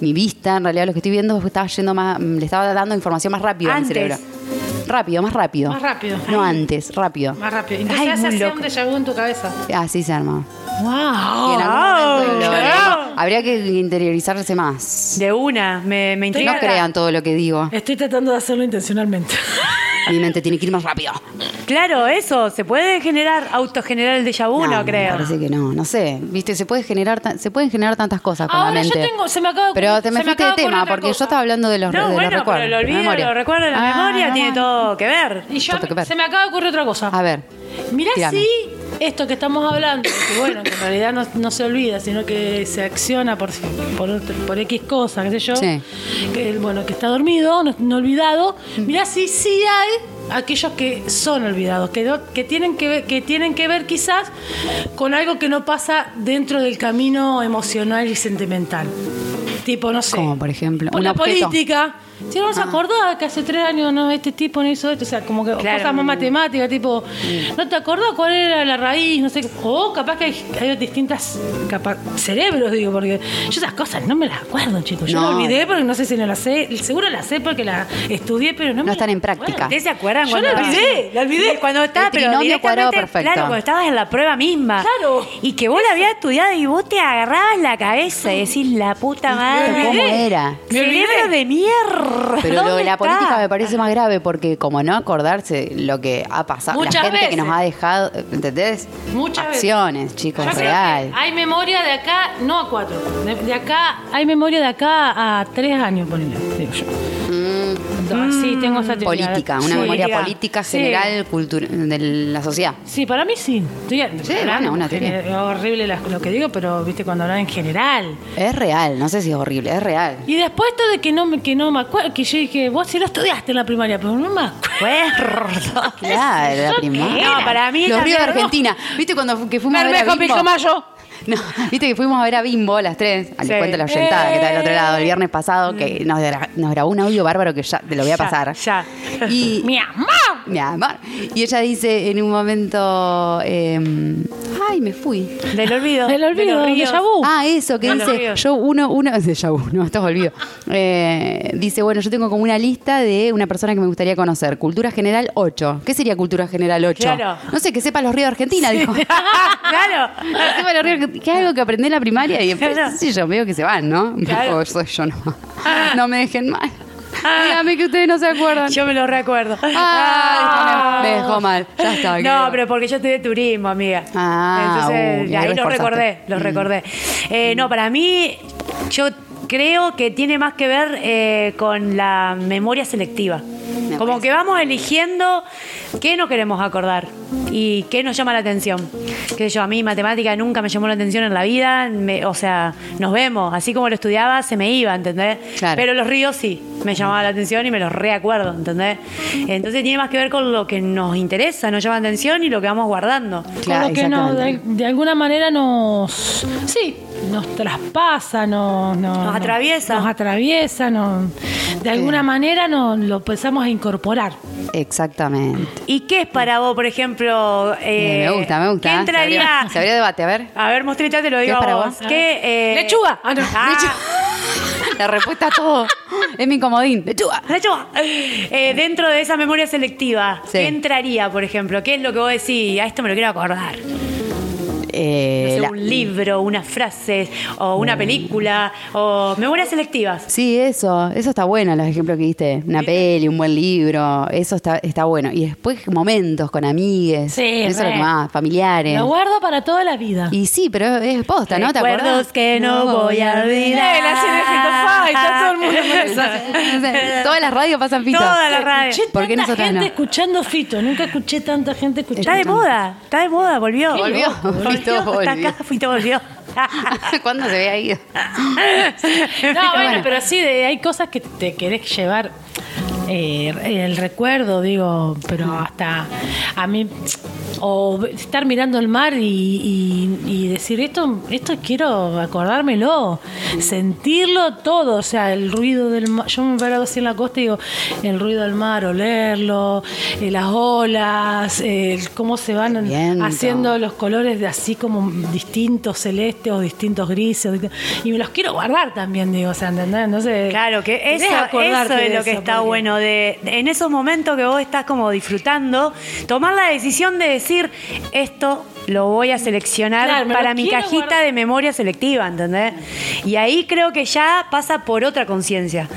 Speaker 3: mi vista, en realidad lo que estoy viendo estaba yendo más, mm, le estaba dando información más rápido
Speaker 2: Antes.
Speaker 3: a mi cerebro. Rápido, más rápido.
Speaker 5: Más rápido.
Speaker 3: No antes, rápido.
Speaker 5: Más
Speaker 2: Ay,
Speaker 5: rápido. Entonces
Speaker 2: muy
Speaker 5: hace
Speaker 2: loco.
Speaker 5: un déjà vu en tu cabeza.
Speaker 3: Así se arma.
Speaker 5: ¡Wow!
Speaker 3: Y en algún momento lo
Speaker 2: wow.
Speaker 3: haremos. Habría que interiorizarse más.
Speaker 2: De una, me, me
Speaker 3: No
Speaker 2: intriga.
Speaker 3: crean todo lo que digo.
Speaker 5: Estoy tratando de hacerlo intencionalmente.
Speaker 3: Mi mente tiene que ir más rápido.
Speaker 2: *laughs* Claro, eso, se puede generar, autogenerar el déjà
Speaker 5: Uh,
Speaker 2: vu, no,
Speaker 3: me
Speaker 2: creo.
Speaker 3: Parece que no, no sé. Viste, se puede generar tan- se pueden generar tantas cosas con
Speaker 5: Ahora
Speaker 3: la
Speaker 5: yo
Speaker 3: mente.
Speaker 5: tengo- se me acaba de
Speaker 3: Pero
Speaker 5: ocurrir-
Speaker 3: te me
Speaker 5: se me
Speaker 3: fuiste de
Speaker 5: acaba de ocurrir
Speaker 3: tema
Speaker 5: otra
Speaker 3: porque
Speaker 5: cosa.
Speaker 3: yo estaba hablando de los,
Speaker 2: no,
Speaker 3: de los
Speaker 2: bueno,
Speaker 3: recuerdos.
Speaker 2: pero lo
Speaker 3: de la
Speaker 2: olvido,
Speaker 3: memoria.
Speaker 2: lo recuerdo, la
Speaker 3: Ah,
Speaker 2: memoria
Speaker 3: no,
Speaker 2: tiene
Speaker 3: no.
Speaker 2: todo que ver.
Speaker 5: Y yo
Speaker 3: Tanto que ver.
Speaker 5: se me acaba de ocurrir otra cosa.
Speaker 3: A ver.
Speaker 5: Mirá
Speaker 3: tirame.
Speaker 5: si esto que estamos hablando, que bueno, que en realidad no, no se olvida, sino que se acciona por, por, otro- por X cosa, qué sé yo.
Speaker 3: Sí.
Speaker 5: Que, bueno, que está dormido, no, no olvidado. Mirá si sí hay aquellos que son olvidados, que, no- que, tienen que, ver, que tienen que ver quizás con algo que no pasa dentro del camino emocional y sentimental. Tipo, no sé.
Speaker 3: Como, por ejemplo,
Speaker 5: Por
Speaker 3: un
Speaker 5: la
Speaker 3: objeto. Ah.
Speaker 5: política. Si no se acordaba que hace tres años no, este tipo no hizo esto, o sea, como que
Speaker 2: Claro.
Speaker 5: cosas más matemáticas, tipo, no te acordás cuál era la raíz, no sé, qué. o capaz que hay, hay distintas capa- cerebros, digo, porque yo esas cosas no me las acuerdo, chicos. Yo
Speaker 3: No.
Speaker 5: las olvidé porque no sé si no las sé, seguro las sé porque las estudié, pero no, me
Speaker 3: están en
Speaker 5: las acuerdo.
Speaker 3: práctica.
Speaker 2: ¿Ustedes se acuerdan
Speaker 5: Yo
Speaker 2: cuando
Speaker 5: la olvidé, la olvidé.
Speaker 2: Cuando estaba,
Speaker 3: El
Speaker 2: pero
Speaker 3: trinomio cuadrado
Speaker 2: directamente,
Speaker 3: perfecto.
Speaker 2: Claro, cuando estabas en la prueba misma.
Speaker 5: Claro.
Speaker 2: Y que vos la habías estudiado y vos te agarrabas la cabeza y decís, la puta madre.
Speaker 3: ¿Cómo era?
Speaker 5: Me olvidé.
Speaker 2: Cerebro de mierda.
Speaker 3: Pero lo de la
Speaker 2: ¿Dónde
Speaker 3: política
Speaker 2: está?
Speaker 3: me parece más grave porque como no acordarse lo que ha pasado,
Speaker 5: Muchas
Speaker 3: la gente que
Speaker 5: veces.
Speaker 3: nos ha dejado, ¿entendés?
Speaker 5: Muchas veces.
Speaker 3: Acciones, chicos,
Speaker 5: Yo creo
Speaker 3: real.
Speaker 5: que Hay memoria de acá, no a cuatro. De, de acá, hay memoria de acá a tres años, ponele, digo yo. No, así, sí, tengo esa teoría.
Speaker 3: Mm. política, una
Speaker 5: Sí.
Speaker 3: memoria
Speaker 2: Política.
Speaker 3: política
Speaker 5: Sí.
Speaker 3: general cultura de la sociedad.
Speaker 5: Sí, para mí sí. Estoy hablando,
Speaker 3: bueno, una
Speaker 5: gener- horrible las- lo que digo, pero viste cuando hablan en general.
Speaker 3: Es real, no sé si es horrible, es real.
Speaker 5: Y después esto de que no me, que no me acuerdo, que yo dije, vos sí lo estudiaste en la primaria, pero no me acuerdo.
Speaker 3: Claro, la
Speaker 5: ¿Eso qué
Speaker 3: primaria.
Speaker 5: era?
Speaker 2: No, para mí
Speaker 3: Los ríos
Speaker 2: también,
Speaker 3: de
Speaker 2: ¿no?
Speaker 3: Argentina. ¿Viste cuando fu- que fuimos a
Speaker 2: Bermejo,
Speaker 3: ver a Bimbo?
Speaker 2: Pilcomayo.
Speaker 3: *laughs* No, viste que fuimos a ver a Bimbo a las tres, al
Speaker 2: Sí. Mm.
Speaker 3: cuento de la oyentada que está del otro lado, el viernes pasado, que nos, gra- nos grabó un audio bárbaro que ya te lo voy a
Speaker 2: Ya,
Speaker 3: pasar.
Speaker 2: ya. *laughs*
Speaker 3: Y,
Speaker 5: Mi amor.
Speaker 3: mi amor. Y ella dice en un momento, em, ay, me fui.
Speaker 2: Del olvido.
Speaker 5: Del olvido,
Speaker 2: de los
Speaker 5: de
Speaker 2: ríos.
Speaker 5: Yabú.
Speaker 3: Ah, eso, que
Speaker 2: No, los
Speaker 3: dice,
Speaker 2: ríos.
Speaker 3: yo uno, uno, *laughs* de Yahoo, no, estás olvido. Eh, dice, bueno, yo tengo como una lista de una persona que me gustaría conocer. Cultura general 8. ¿Qué sería cultura general 8?
Speaker 2: Claro.
Speaker 3: No sé, que sepa los ríos de Argentina, dijo. *laughs* Que
Speaker 2: *laughs* claro.
Speaker 3: sepa los ríos de Argentina, que es algo que aprendí en la primaria y después,
Speaker 2: Claro.
Speaker 3: sí, yo veo que se van, ¿no?
Speaker 2: Claro.
Speaker 3: O soy yo, no. No me dejen mal. Dígame que ustedes no se acuerdan.
Speaker 2: Yo me lo recuerdo.
Speaker 3: Ah, me dejó mal. Ya está,
Speaker 2: No,
Speaker 3: quedó.
Speaker 2: pero porque yo estudié turismo, amiga.
Speaker 3: Ah,
Speaker 2: Entonces,
Speaker 3: uh, y ahí
Speaker 2: ahí lo
Speaker 3: reforzaste.
Speaker 2: recordé, lo
Speaker 3: Mm.
Speaker 2: recordé. Eh, No, para mí, yo creo que tiene más que ver eh, con la memoria selectiva.
Speaker 3: Me
Speaker 2: Como
Speaker 3: parece.
Speaker 2: que vamos eligiendo qué nos queremos acordar y qué nos llama la atención. Que yo, a mí matemática nunca me llamó la atención en la vida, me- o sea, nos vemos, así como lo estudiaba, se me iba, ¿entendés?
Speaker 3: Claro.
Speaker 2: Pero los ríos sí, me llamaba la atención y me los reacuerdo, ¿entendés? Entonces tiene más que ver con lo que nos interesa, nos llama la atención y lo que vamos guardando.
Speaker 3: Claro,
Speaker 5: con lo que nos, de,
Speaker 3: exactamente.
Speaker 5: de alguna manera nos sí nos traspasa nos nos,
Speaker 2: Nos atraviesa.
Speaker 5: nos atraviesa nos- de alguna manera nos lo empezamos a incorporar
Speaker 3: Exactamente.
Speaker 2: ¿Y qué es para vos, por ejemplo? eh,
Speaker 3: Eh, me gusta, me gusta.
Speaker 2: ¿Qué
Speaker 3: Se
Speaker 2: entraría?
Speaker 3: abrió, se abrió debate, a ver.
Speaker 2: A ver, mostrita, te lo digo
Speaker 3: es
Speaker 2: a
Speaker 3: para
Speaker 2: vos.
Speaker 3: vos?
Speaker 2: ¿Qué, eh,
Speaker 5: Lechuga. Ah, no.
Speaker 2: ah, *laughs*
Speaker 3: La respuesta a todo. Es mi comodín. Lechuga.
Speaker 2: Nacho, eh, dentro de esa memoria selectiva,
Speaker 3: Sí.
Speaker 2: ¿qué entraría, por ejemplo? ¿Qué es lo que vos decís? A esto me lo quiero acordar.
Speaker 3: Eh,
Speaker 2: No sé,
Speaker 3: la-
Speaker 2: un libro, unas frases, o una película, o memorias selectivas.
Speaker 3: Sí, eso, eso está bueno, los ejemplos que diste, una peli, un buen libro, eso está, está bueno. Y después momentos con amigues,
Speaker 5: Sí,
Speaker 3: eso es lo
Speaker 5: re.
Speaker 3: que más, familiares.
Speaker 5: lo guardo para toda la vida
Speaker 3: Y sí, pero es posta, ¿no? ¿Te
Speaker 2: Recuerdos
Speaker 3: acuerdas?
Speaker 2: que no voy a olvidar.
Speaker 5: Eh, la Cenicienta, está todo el mundo
Speaker 3: *laughs*
Speaker 5: con
Speaker 3: Todas las radios pasan pito.
Speaker 2: Todas las radios.
Speaker 5: Escuché
Speaker 3: ¿Por qué
Speaker 5: tanta
Speaker 3: nosotras
Speaker 5: gente
Speaker 3: no?
Speaker 5: escuchando Fito nunca escuché tanta gente escuchando
Speaker 2: Está de moda, está de moda, volvió.
Speaker 3: Qué Volvió, loco, *laughs* volvió,
Speaker 2: Está
Speaker 3: volvió.
Speaker 2: acá, fuiste, volvió.
Speaker 3: *laughs* ¿Cuándo se había ido?
Speaker 5: No, bueno,
Speaker 3: bueno.
Speaker 5: pero sí, de- hay cosas que te querés llevar. eh, el recuerdo, digo, pero hasta a mí, o estar mirando el mar y, y- y decir esto, esto quiero acordármelo, sentirlo todo, o sea, el ruido del mar. Yo me paro así en la costa y digo, el ruido del mar, olerlo, eh, las olas, eh, cómo se van
Speaker 3: viento.
Speaker 5: haciendo los colores de así como distintos celestes o distintos grises. o dist- Y me los quiero guardar también, digo, o sea, ¿entendés? Entonces,
Speaker 2: Claro, que
Speaker 5: querés
Speaker 2: eso,
Speaker 5: acordarte
Speaker 2: eso es
Speaker 5: de
Speaker 2: lo que
Speaker 5: eso,
Speaker 2: está
Speaker 5: porque-
Speaker 2: bueno. de En esos momentos que vos estás como disfrutando, tomar la decisión de decir, esto lo voy a seleccionar
Speaker 5: Claro, me lo
Speaker 2: para mi
Speaker 5: quiero
Speaker 2: cajita
Speaker 5: guardar.
Speaker 2: de memoria selectiva, ¿entendés? Y ahí creo que ya pasa por otra conciencia.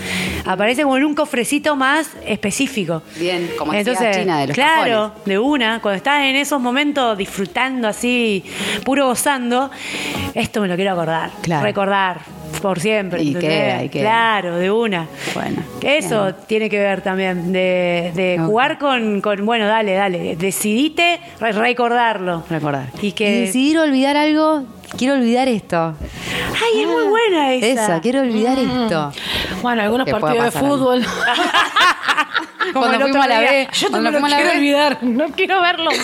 Speaker 2: Aparece como en un cofrecito más específico.
Speaker 3: Bien, como decía China de los
Speaker 2: Claro,
Speaker 3: cajones.
Speaker 2: de una, cuando estás en esos momentos disfrutando así, puro gozando, esto me lo quiero acordar,
Speaker 3: Claro.
Speaker 2: recordar por siempre.
Speaker 3: Y
Speaker 2: ¿entendés?
Speaker 3: queda, y queda.
Speaker 2: Claro, de una.
Speaker 3: Bueno,
Speaker 2: Eso
Speaker 3: bien.
Speaker 2: tiene que ver también, de, de
Speaker 3: Ok.
Speaker 2: jugar con, con, bueno, dale, dale, decidite re- recordarlo.
Speaker 3: Recordar.
Speaker 2: Y que...
Speaker 3: decidir olvidar algo, quiero olvidar esto.
Speaker 2: Ay, es muy buena esa.
Speaker 3: Ah,
Speaker 2: Mm.
Speaker 3: Esa, quiero olvidar esto.
Speaker 5: Bueno, algunos
Speaker 3: Que pueda
Speaker 5: partidos de
Speaker 3: pasar algo.
Speaker 2: *laughs*
Speaker 5: fútbol.
Speaker 3: Cuando
Speaker 2: Ah, el otro
Speaker 3: fuimos a la
Speaker 2: día.
Speaker 3: B,
Speaker 5: Yo no
Speaker 3: cuando
Speaker 5: me lo
Speaker 3: fuimos a la
Speaker 5: quiero
Speaker 3: B.
Speaker 5: olvidar, no quiero verlo.
Speaker 2: *laughs*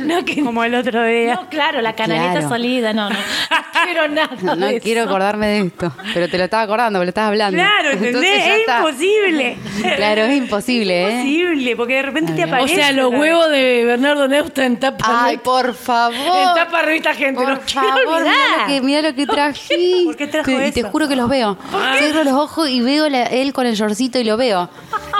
Speaker 5: No, que-
Speaker 2: Como el otro día.
Speaker 5: no, claro, la canaleta
Speaker 3: Claro.
Speaker 5: salida, no, *laughs* no. No quiero nada.
Speaker 3: *laughs* No
Speaker 5: de
Speaker 3: quiero
Speaker 5: eso.
Speaker 3: acordarme de esto, pero te lo estaba acordando, me lo estabas hablando.
Speaker 2: Claro,
Speaker 3: Entonces
Speaker 2: ¿entendés?
Speaker 3: ya
Speaker 2: Es
Speaker 3: está.
Speaker 2: imposible.
Speaker 3: Claro, es imposible, ¿eh?
Speaker 2: Imposible, porque de repente te
Speaker 5: O
Speaker 2: aparece.
Speaker 5: sea, los
Speaker 2: otra vez.
Speaker 5: huevos de Bernardo Neusta en tapa.
Speaker 3: Ay, por
Speaker 5: En
Speaker 3: favor.
Speaker 5: tapa revista, gente.
Speaker 3: Por
Speaker 5: no quiero
Speaker 3: favor, mirá lo
Speaker 5: olvidar.
Speaker 3: que, mirá lo que trajiste.
Speaker 2: ¿Por qué trajo
Speaker 3: Te- Y te
Speaker 2: eso?
Speaker 3: juro que los veo.
Speaker 5: Ah.
Speaker 3: Cierro los ojos y veo la- él con el yorcito y lo veo.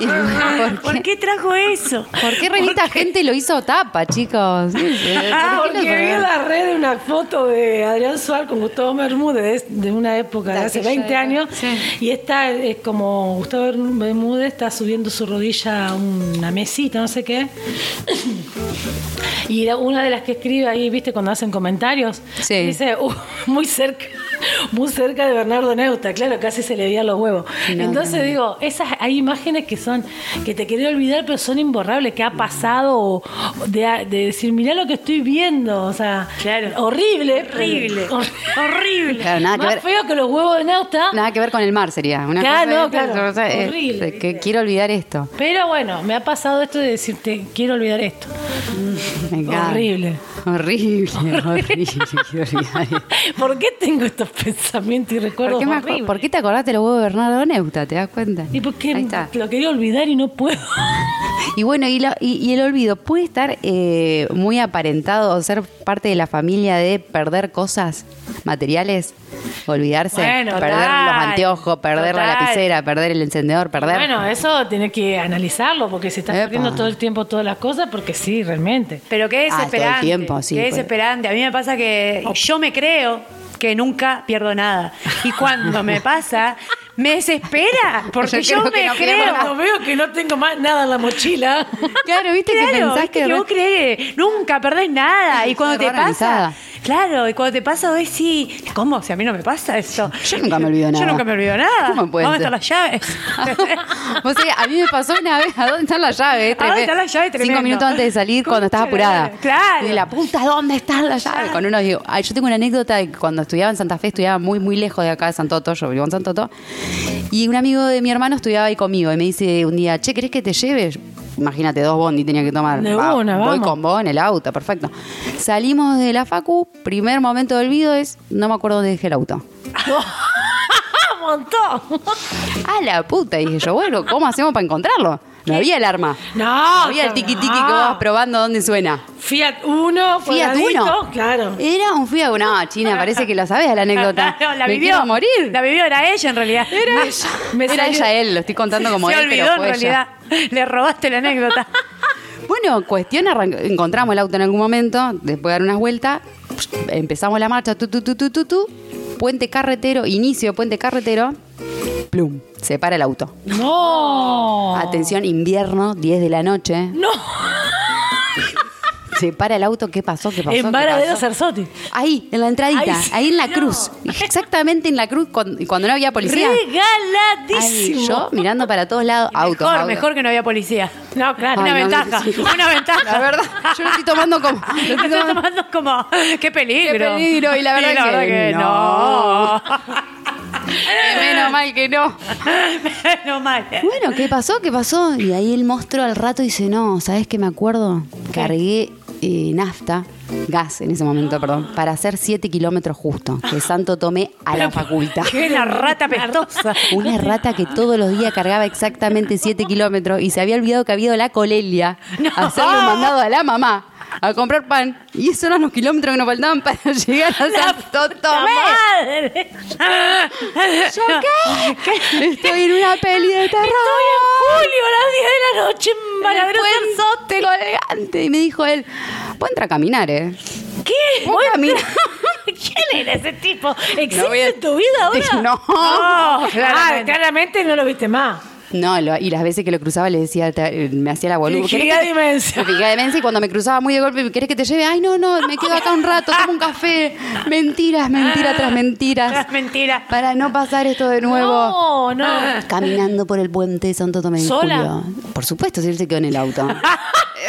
Speaker 3: Y-
Speaker 5: *laughs*
Speaker 3: ¿Por
Speaker 2: ¿Por qué trajo eso?
Speaker 3: ¿Por qué revista gente lo hizo tapa,
Speaker 5: *laughs*
Speaker 3: chicos? Sí, sí,
Speaker 5: Ah,
Speaker 3: Eh, ¿por qué
Speaker 5: porque
Speaker 3: lo-
Speaker 5: vi en la red una foto de Adrián Suárez con Gustavo Bermúdez de una época de
Speaker 3: De
Speaker 5: hace
Speaker 3: aquella
Speaker 5: 20
Speaker 3: época,
Speaker 5: años
Speaker 3: sí.
Speaker 5: y está es como Gustavo Bermúdez está subiendo su rodilla a una mesita, no sé qué. Y la- una de las que escribe ahí, viste, cuando hacen comentarios,
Speaker 3: Sí.
Speaker 5: *laughs* dice, "Uh, muy cerca. muy cerca de Bernardo Neusta, claro, casi se le veían los huevos.
Speaker 3: No,
Speaker 5: Entonces
Speaker 3: no, no.
Speaker 5: digo, esas hay imágenes que son, que te quería olvidar, pero son imborrables, que ha pasado, o de, de decir, mirá lo que estoy viendo, o sea,
Speaker 1: Claro.
Speaker 5: *laughs* horrible.
Speaker 1: Horrible.
Speaker 5: Hor- horrible.
Speaker 3: Claro, nada que
Speaker 5: Más
Speaker 3: ver.
Speaker 5: feo que los huevos de Neusta.
Speaker 3: Nada que ver con el mar sería. Una
Speaker 5: Claro,
Speaker 3: cosa de-
Speaker 5: claro.
Speaker 3: o sea, eh,
Speaker 5: Horrible,
Speaker 3: que quiero olvidar esto.
Speaker 5: Pero bueno, me ha pasado esto de decirte, quiero olvidar esto.
Speaker 3: Me encanta. *laughs*
Speaker 5: Horrible.
Speaker 3: Horrible, horrible.
Speaker 5: *laughs*
Speaker 3: quiero olvidar esto.
Speaker 5: ¿Por qué tengo estos *laughs* pensamientos y recuerdos
Speaker 3: ¿Por qué, me acu-
Speaker 5: horribles?
Speaker 3: por qué te acordaste los huevos de Bernardo Neusta? ¿Te das cuenta?
Speaker 5: Y porque
Speaker 3: Ahí está.
Speaker 5: lo quería olvidar y no puedo.
Speaker 3: Y bueno, y, la- y- y el olvido puede estar eh, muy aparentado o ser parte de la familia de perder cosas materiales, olvidarse,
Speaker 5: Bueno,
Speaker 3: perder
Speaker 5: total,
Speaker 3: los anteojos, perder la
Speaker 5: total.
Speaker 3: lapicera, perder el encendedor, perder. *laughs*
Speaker 5: Bueno, eso tenés que analizarlo porque se está
Speaker 3: Epa.
Speaker 5: perdiendo todo el tiempo todas las cosas porque sí, realmente.
Speaker 2: Pero qué
Speaker 3: Ah, todo el
Speaker 2: desesperante.
Speaker 3: tiempo, sí, Oh.
Speaker 2: Qué
Speaker 3: pues.
Speaker 2: desesperante. A mí me pasa que yo me creo que nunca pierdo nada. Y cuando me pasa, me desespera.
Speaker 3: *laughs*
Speaker 2: Porque
Speaker 3: Yo
Speaker 2: yo,
Speaker 3: creo que
Speaker 2: me
Speaker 3: no pierdo
Speaker 2: creo.
Speaker 3: nada.
Speaker 5: Cuando veo que no tengo más nada en la mochila.
Speaker 3: *laughs* claro, viste
Speaker 2: Claro,
Speaker 3: que pensás
Speaker 2: viste
Speaker 3: que.
Speaker 2: que vos crees, nunca perdés nada. Y cuando te
Speaker 3: error
Speaker 2: pasa,
Speaker 3: organizada.
Speaker 2: claro, y cuando te pasa, vos sí, ¿cómo? Si a mí no me pasa esto.
Speaker 3: *laughs* Yo nunca me olvido
Speaker 2: Yo
Speaker 3: nada.
Speaker 2: nunca me olvido nada.
Speaker 3: ¿Cómo puede
Speaker 2: ¿Dónde
Speaker 3: ser?
Speaker 2: están las llaves?
Speaker 3: Vos sabés, a mí me pasó una vez, ¿a dónde están las llaves? Es
Speaker 2: ¿A dónde
Speaker 3: tremendo.
Speaker 2: están las llaves? Tremendo.
Speaker 3: Cinco minutos antes de salir cuando estás
Speaker 2: Concha la
Speaker 3: apurada.
Speaker 2: madre, claro.
Speaker 3: Y la puta, ¿dónde están las llaves? Con unos digo, ay, yo tengo una anécdota de que cuando estudiaba en Santa Fe, estudiaba muy, muy lejos de acá de San Toto, yo vivo en San Toto. Y un amigo de mi hermano estudiaba ahí conmigo y me dice un día, che, ¿querés que te lleve? Imagínate, dos bondi tenía que tomar.
Speaker 5: De una,
Speaker 3: voy
Speaker 5: vamos.
Speaker 3: con vos en el auto, perfecto. Salimos de la facu, primer momento de olvido es, no me acuerdo dónde dejé el auto.
Speaker 5: ¡Un *laughs* montón!
Speaker 3: A la puta, dije yo, bueno, ¿cómo hacemos para encontrarlo? No había el arma.
Speaker 5: No,
Speaker 3: Había el
Speaker 5: no.
Speaker 3: tiki tiki que vas probando dónde suena.
Speaker 5: Fiat Uno,
Speaker 3: Fiat
Speaker 5: cuadradito,
Speaker 3: Uno.
Speaker 5: Claro.
Speaker 3: Era un Fiat Uno. No,
Speaker 2: *laughs*
Speaker 3: China, parece que la sabes la *laughs* anécdota.
Speaker 2: Claro, la
Speaker 3: Me
Speaker 2: vivió.
Speaker 3: quiero morir.
Speaker 2: La vivió, era ella en realidad.
Speaker 3: Era ella. Era
Speaker 2: salió-
Speaker 3: ella él, lo estoy contando como
Speaker 2: *laughs* Se
Speaker 3: él, pero
Speaker 2: olvidó en
Speaker 3: fue
Speaker 2: realidad. *laughs*
Speaker 3: ella.
Speaker 2: Le robaste la *laughs* anécdota.
Speaker 3: Bueno, cuestión, arran- encontramos el auto en algún momento, después de dar unas vueltas, empezamos la marcha, tu, tu, tu, tu, tu, tu, puente carretero, inicio de puente carretero, plum, se para el auto.
Speaker 2: Oh.
Speaker 5: No.
Speaker 3: Atención, invierno, 10 de la noche,
Speaker 5: No.
Speaker 3: se para el auto, ¿qué pasó? ¿Qué pasó?
Speaker 5: En
Speaker 3: ¿Qué
Speaker 5: Varadero
Speaker 3: pasó?
Speaker 5: Sarsotti.
Speaker 3: Ahí, en la entradita,
Speaker 5: Ahí
Speaker 3: ahí,
Speaker 5: sí.
Speaker 3: en la
Speaker 5: No.
Speaker 3: cruz. Exactamente en la cruz, cuando, cuando no había policía. Ahí,
Speaker 5: Regaladísimo.
Speaker 3: yo mirando para todos *laughs* lados, autos.
Speaker 2: mejor,
Speaker 3: autos.
Speaker 2: mejor que no había policía.
Speaker 5: No, claro.
Speaker 2: una
Speaker 3: Ay, no,
Speaker 2: ventaja,
Speaker 3: sí.
Speaker 2: una ventaja.
Speaker 3: La verdad,
Speaker 2: *laughs*
Speaker 3: yo lo estoy tomando *laughs* como. lo
Speaker 2: Lo
Speaker 3: estoy
Speaker 2: estoy
Speaker 3: tomando-
Speaker 2: tomando como, qué peligro.
Speaker 3: Qué peligro, y la
Speaker 2: *laughs*
Speaker 3: verdad que
Speaker 2: no. *laughs*
Speaker 3: Eh, menos mal que no.
Speaker 2: Menos mal.
Speaker 3: Bueno, ¿qué pasó? ¿Qué pasó? Y ahí el monstruo al rato dice: No, ¿sabes qué me acuerdo? Cargué eh, nafta, gas en ese momento, perdón, para hacer 7 kilómetros justo, que Santo tomé a la facultad. *laughs*
Speaker 2: Qué la rata pestosa.
Speaker 3: Una rata *laughs* que todos los días cargaba exactamente 7 kilómetros y se había olvidado que había ido a la colelia a hacerle un mandado a la mamá a comprar pan. Y esos eran los kilómetros que nos faltaban para *laughs* llegar a Santo Tomé.
Speaker 2: Madre.
Speaker 3: ¿Yo *laughs* qué? Estoy en una peli de terror.
Speaker 5: Julio, a las 10 de la noche en Varadero Sarsotti.
Speaker 3: Puente colgante. Y me dijo él, vos entra a caminar, ¿eh?
Speaker 5: ¿Qué?
Speaker 3: Vos caminar. *laughs*
Speaker 5: ¿Quién era ese tipo? ¿Existe
Speaker 3: No voy a-
Speaker 5: en tu vida ahora?
Speaker 3: No.
Speaker 5: Ah, claramente.
Speaker 2: claramente.
Speaker 5: no lo viste más.
Speaker 3: No, lo- y las veces que lo cruzaba le decía, te- eh, me hacía la boluda.
Speaker 5: Fingía
Speaker 3: ¿Querés que te- *laughs*
Speaker 5: demencia.
Speaker 3: Fingía demencia y cuando me cruzaba muy de golpe, ¿querés que te lleve? Ay, no, no, me quedo acá un rato, tomo un café. Mentiras, mentiras tras mentiras.
Speaker 2: Tras mentira.
Speaker 3: Para no pasar esto de nuevo.
Speaker 5: No, no.
Speaker 3: Caminando por el puente de Santo Tomé de
Speaker 5: ¿Sola?
Speaker 3: Julio. Por supuesto, si él se quedó en el auto.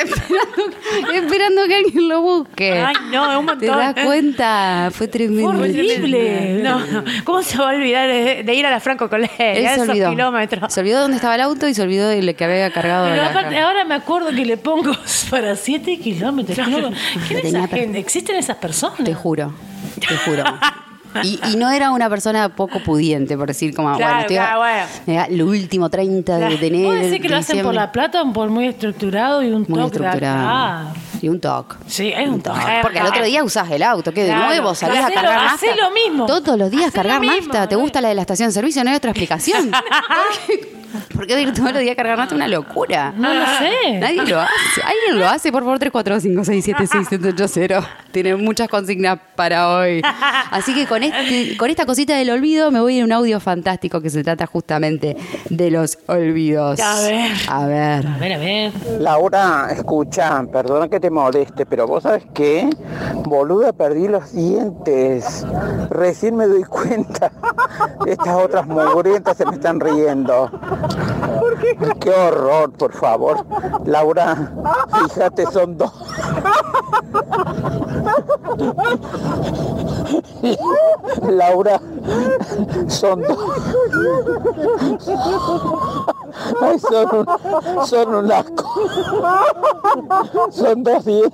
Speaker 3: esperando, esperando que alguien lo busque.
Speaker 2: Ay, no, es un
Speaker 3: ¿Te
Speaker 2: montón.
Speaker 3: das cuenta? Fue tremendo.
Speaker 5: horrible.
Speaker 2: No, no. ¿Cómo se va a olvidar de, de ir a la Franco
Speaker 3: Él
Speaker 2: Colegio?
Speaker 3: se
Speaker 2: Esos
Speaker 3: olvidó.
Speaker 2: kilómetros.
Speaker 3: Se olvidó dónde estaba el auto y se olvidó de lo que había cargado.
Speaker 5: Pero
Speaker 3: la-
Speaker 5: aparte, ahora me acuerdo que le pongo *laughs* para 7 kilómetros. No, ¿Quién
Speaker 3: Lo
Speaker 5: es
Speaker 3: tenía
Speaker 5: esa
Speaker 3: per-
Speaker 5: gente? ¿Existen esas personas?
Speaker 3: Te juro, te juro. Y, y no era una persona poco pudiente, por decir, como,
Speaker 2: Claro,
Speaker 3: bueno, estoy-
Speaker 2: claro, bueno.
Speaker 3: Mira, lo último 30 de enero.
Speaker 5: ¿Vos decís que lo hacen por
Speaker 3: diciembre,
Speaker 5: la plata o por muy estructurado y un
Speaker 3: Muy
Speaker 5: toque? de-
Speaker 3: estructurado.
Speaker 5: Ah,
Speaker 3: Y un toque.
Speaker 5: sí, es un toque.
Speaker 3: Porque al otro día usás el auto, que de
Speaker 2: Claro,
Speaker 3: nuevo salís
Speaker 5: hacé
Speaker 3: a cargar
Speaker 5: lo-
Speaker 3: nafta.
Speaker 5: hacé lo mismo.
Speaker 3: Todos los días
Speaker 5: Hacé
Speaker 3: cargar
Speaker 5: lo mismo,
Speaker 3: nafta. ¿Te
Speaker 5: ¿no?
Speaker 3: gusta la de la estación de servicio? No hay otra
Speaker 5: *laughs*
Speaker 3: explicación. ¿Por qué ir todos los días a cargar nafta? Una locura.
Speaker 5: No lo sé.
Speaker 3: Nadie
Speaker 2: *laughs*
Speaker 3: lo hace. Alguien lo hace, por favor,
Speaker 2: *laughs*
Speaker 3: 3425676780. Tienen muchas consignas para hoy. Así que con, este, con esta cosita del olvido me voy a un audio fantástico que se trata justamente de los olvidos.
Speaker 2: A ver.
Speaker 3: A ver.
Speaker 5: A ver, a ver.
Speaker 9: Laura, escucha, perdona que te te moleste, pero vos sabes qué, boluda, perdí los dientes. Recién me doy cuenta. *laughs* Estas otras mugrientas se me están riendo. Qué horror, por favor. Laura, fíjate, son dos. *laughs* Laura, son dos. Ay, son, un, son un asco. Son dos dientes.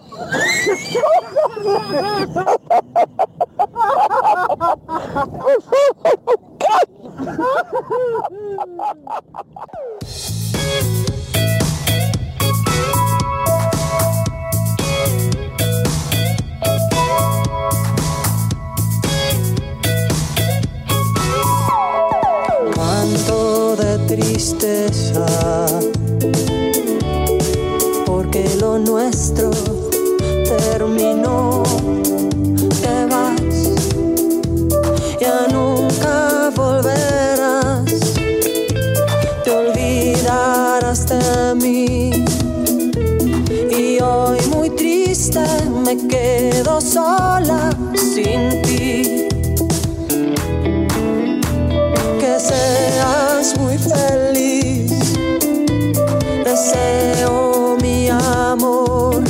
Speaker 4: canto de tristeza, porque lo nuestro terminó. Te vas, ya nunca volverás, te olvidarás de mí. Y hoy muy triste me quedo sola sin ti. que seas muy feliz. Deseo mi amor,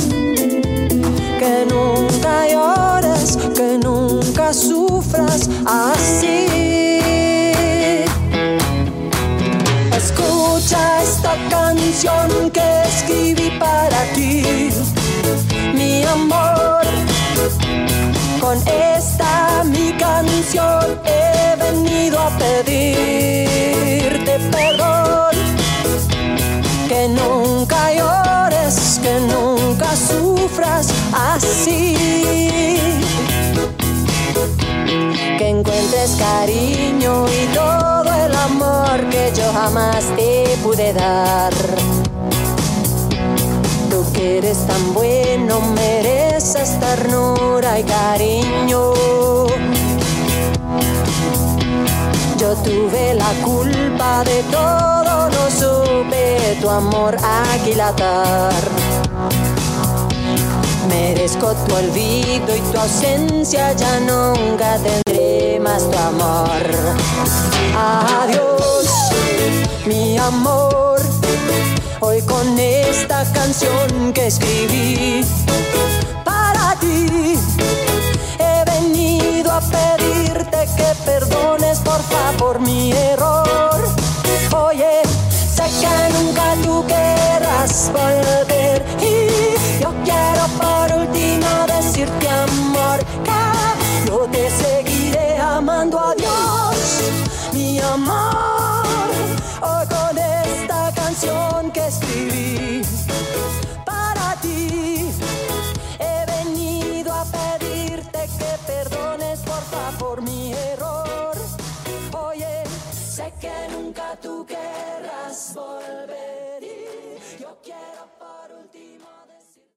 Speaker 4: que nunca llores, que nunca sufras así. Escucha esta canción que escribí para ti, mi amor. Con esta mi canción he venido a pedirte perdón. Que nunca llores, que nunca sufras así. Que encuentres cariño y todo el amor que yo jamás te pude dar. Tú que eres tan bueno, mereces ternura y cariño. Yo tuve la culpa de todo, no supe tu amor aquilatar. Merezco tu olvido y tu ausencia, ya nunca tendré más tu amor. Adiós, mi amor. Hoy con esta canción que escribí para ti he venido a pedirte que perdones por favor mi error. Oye, sé que nunca tú querrás volver y yo quiero por último decirte amor que yo te seguiré amando. Adiós, mi amor. Hoy con esta canción que escribí para ti he venido a pedirte que perdones por favor mi error. Oye, sé que nunca tú querrás volver y yo quiero por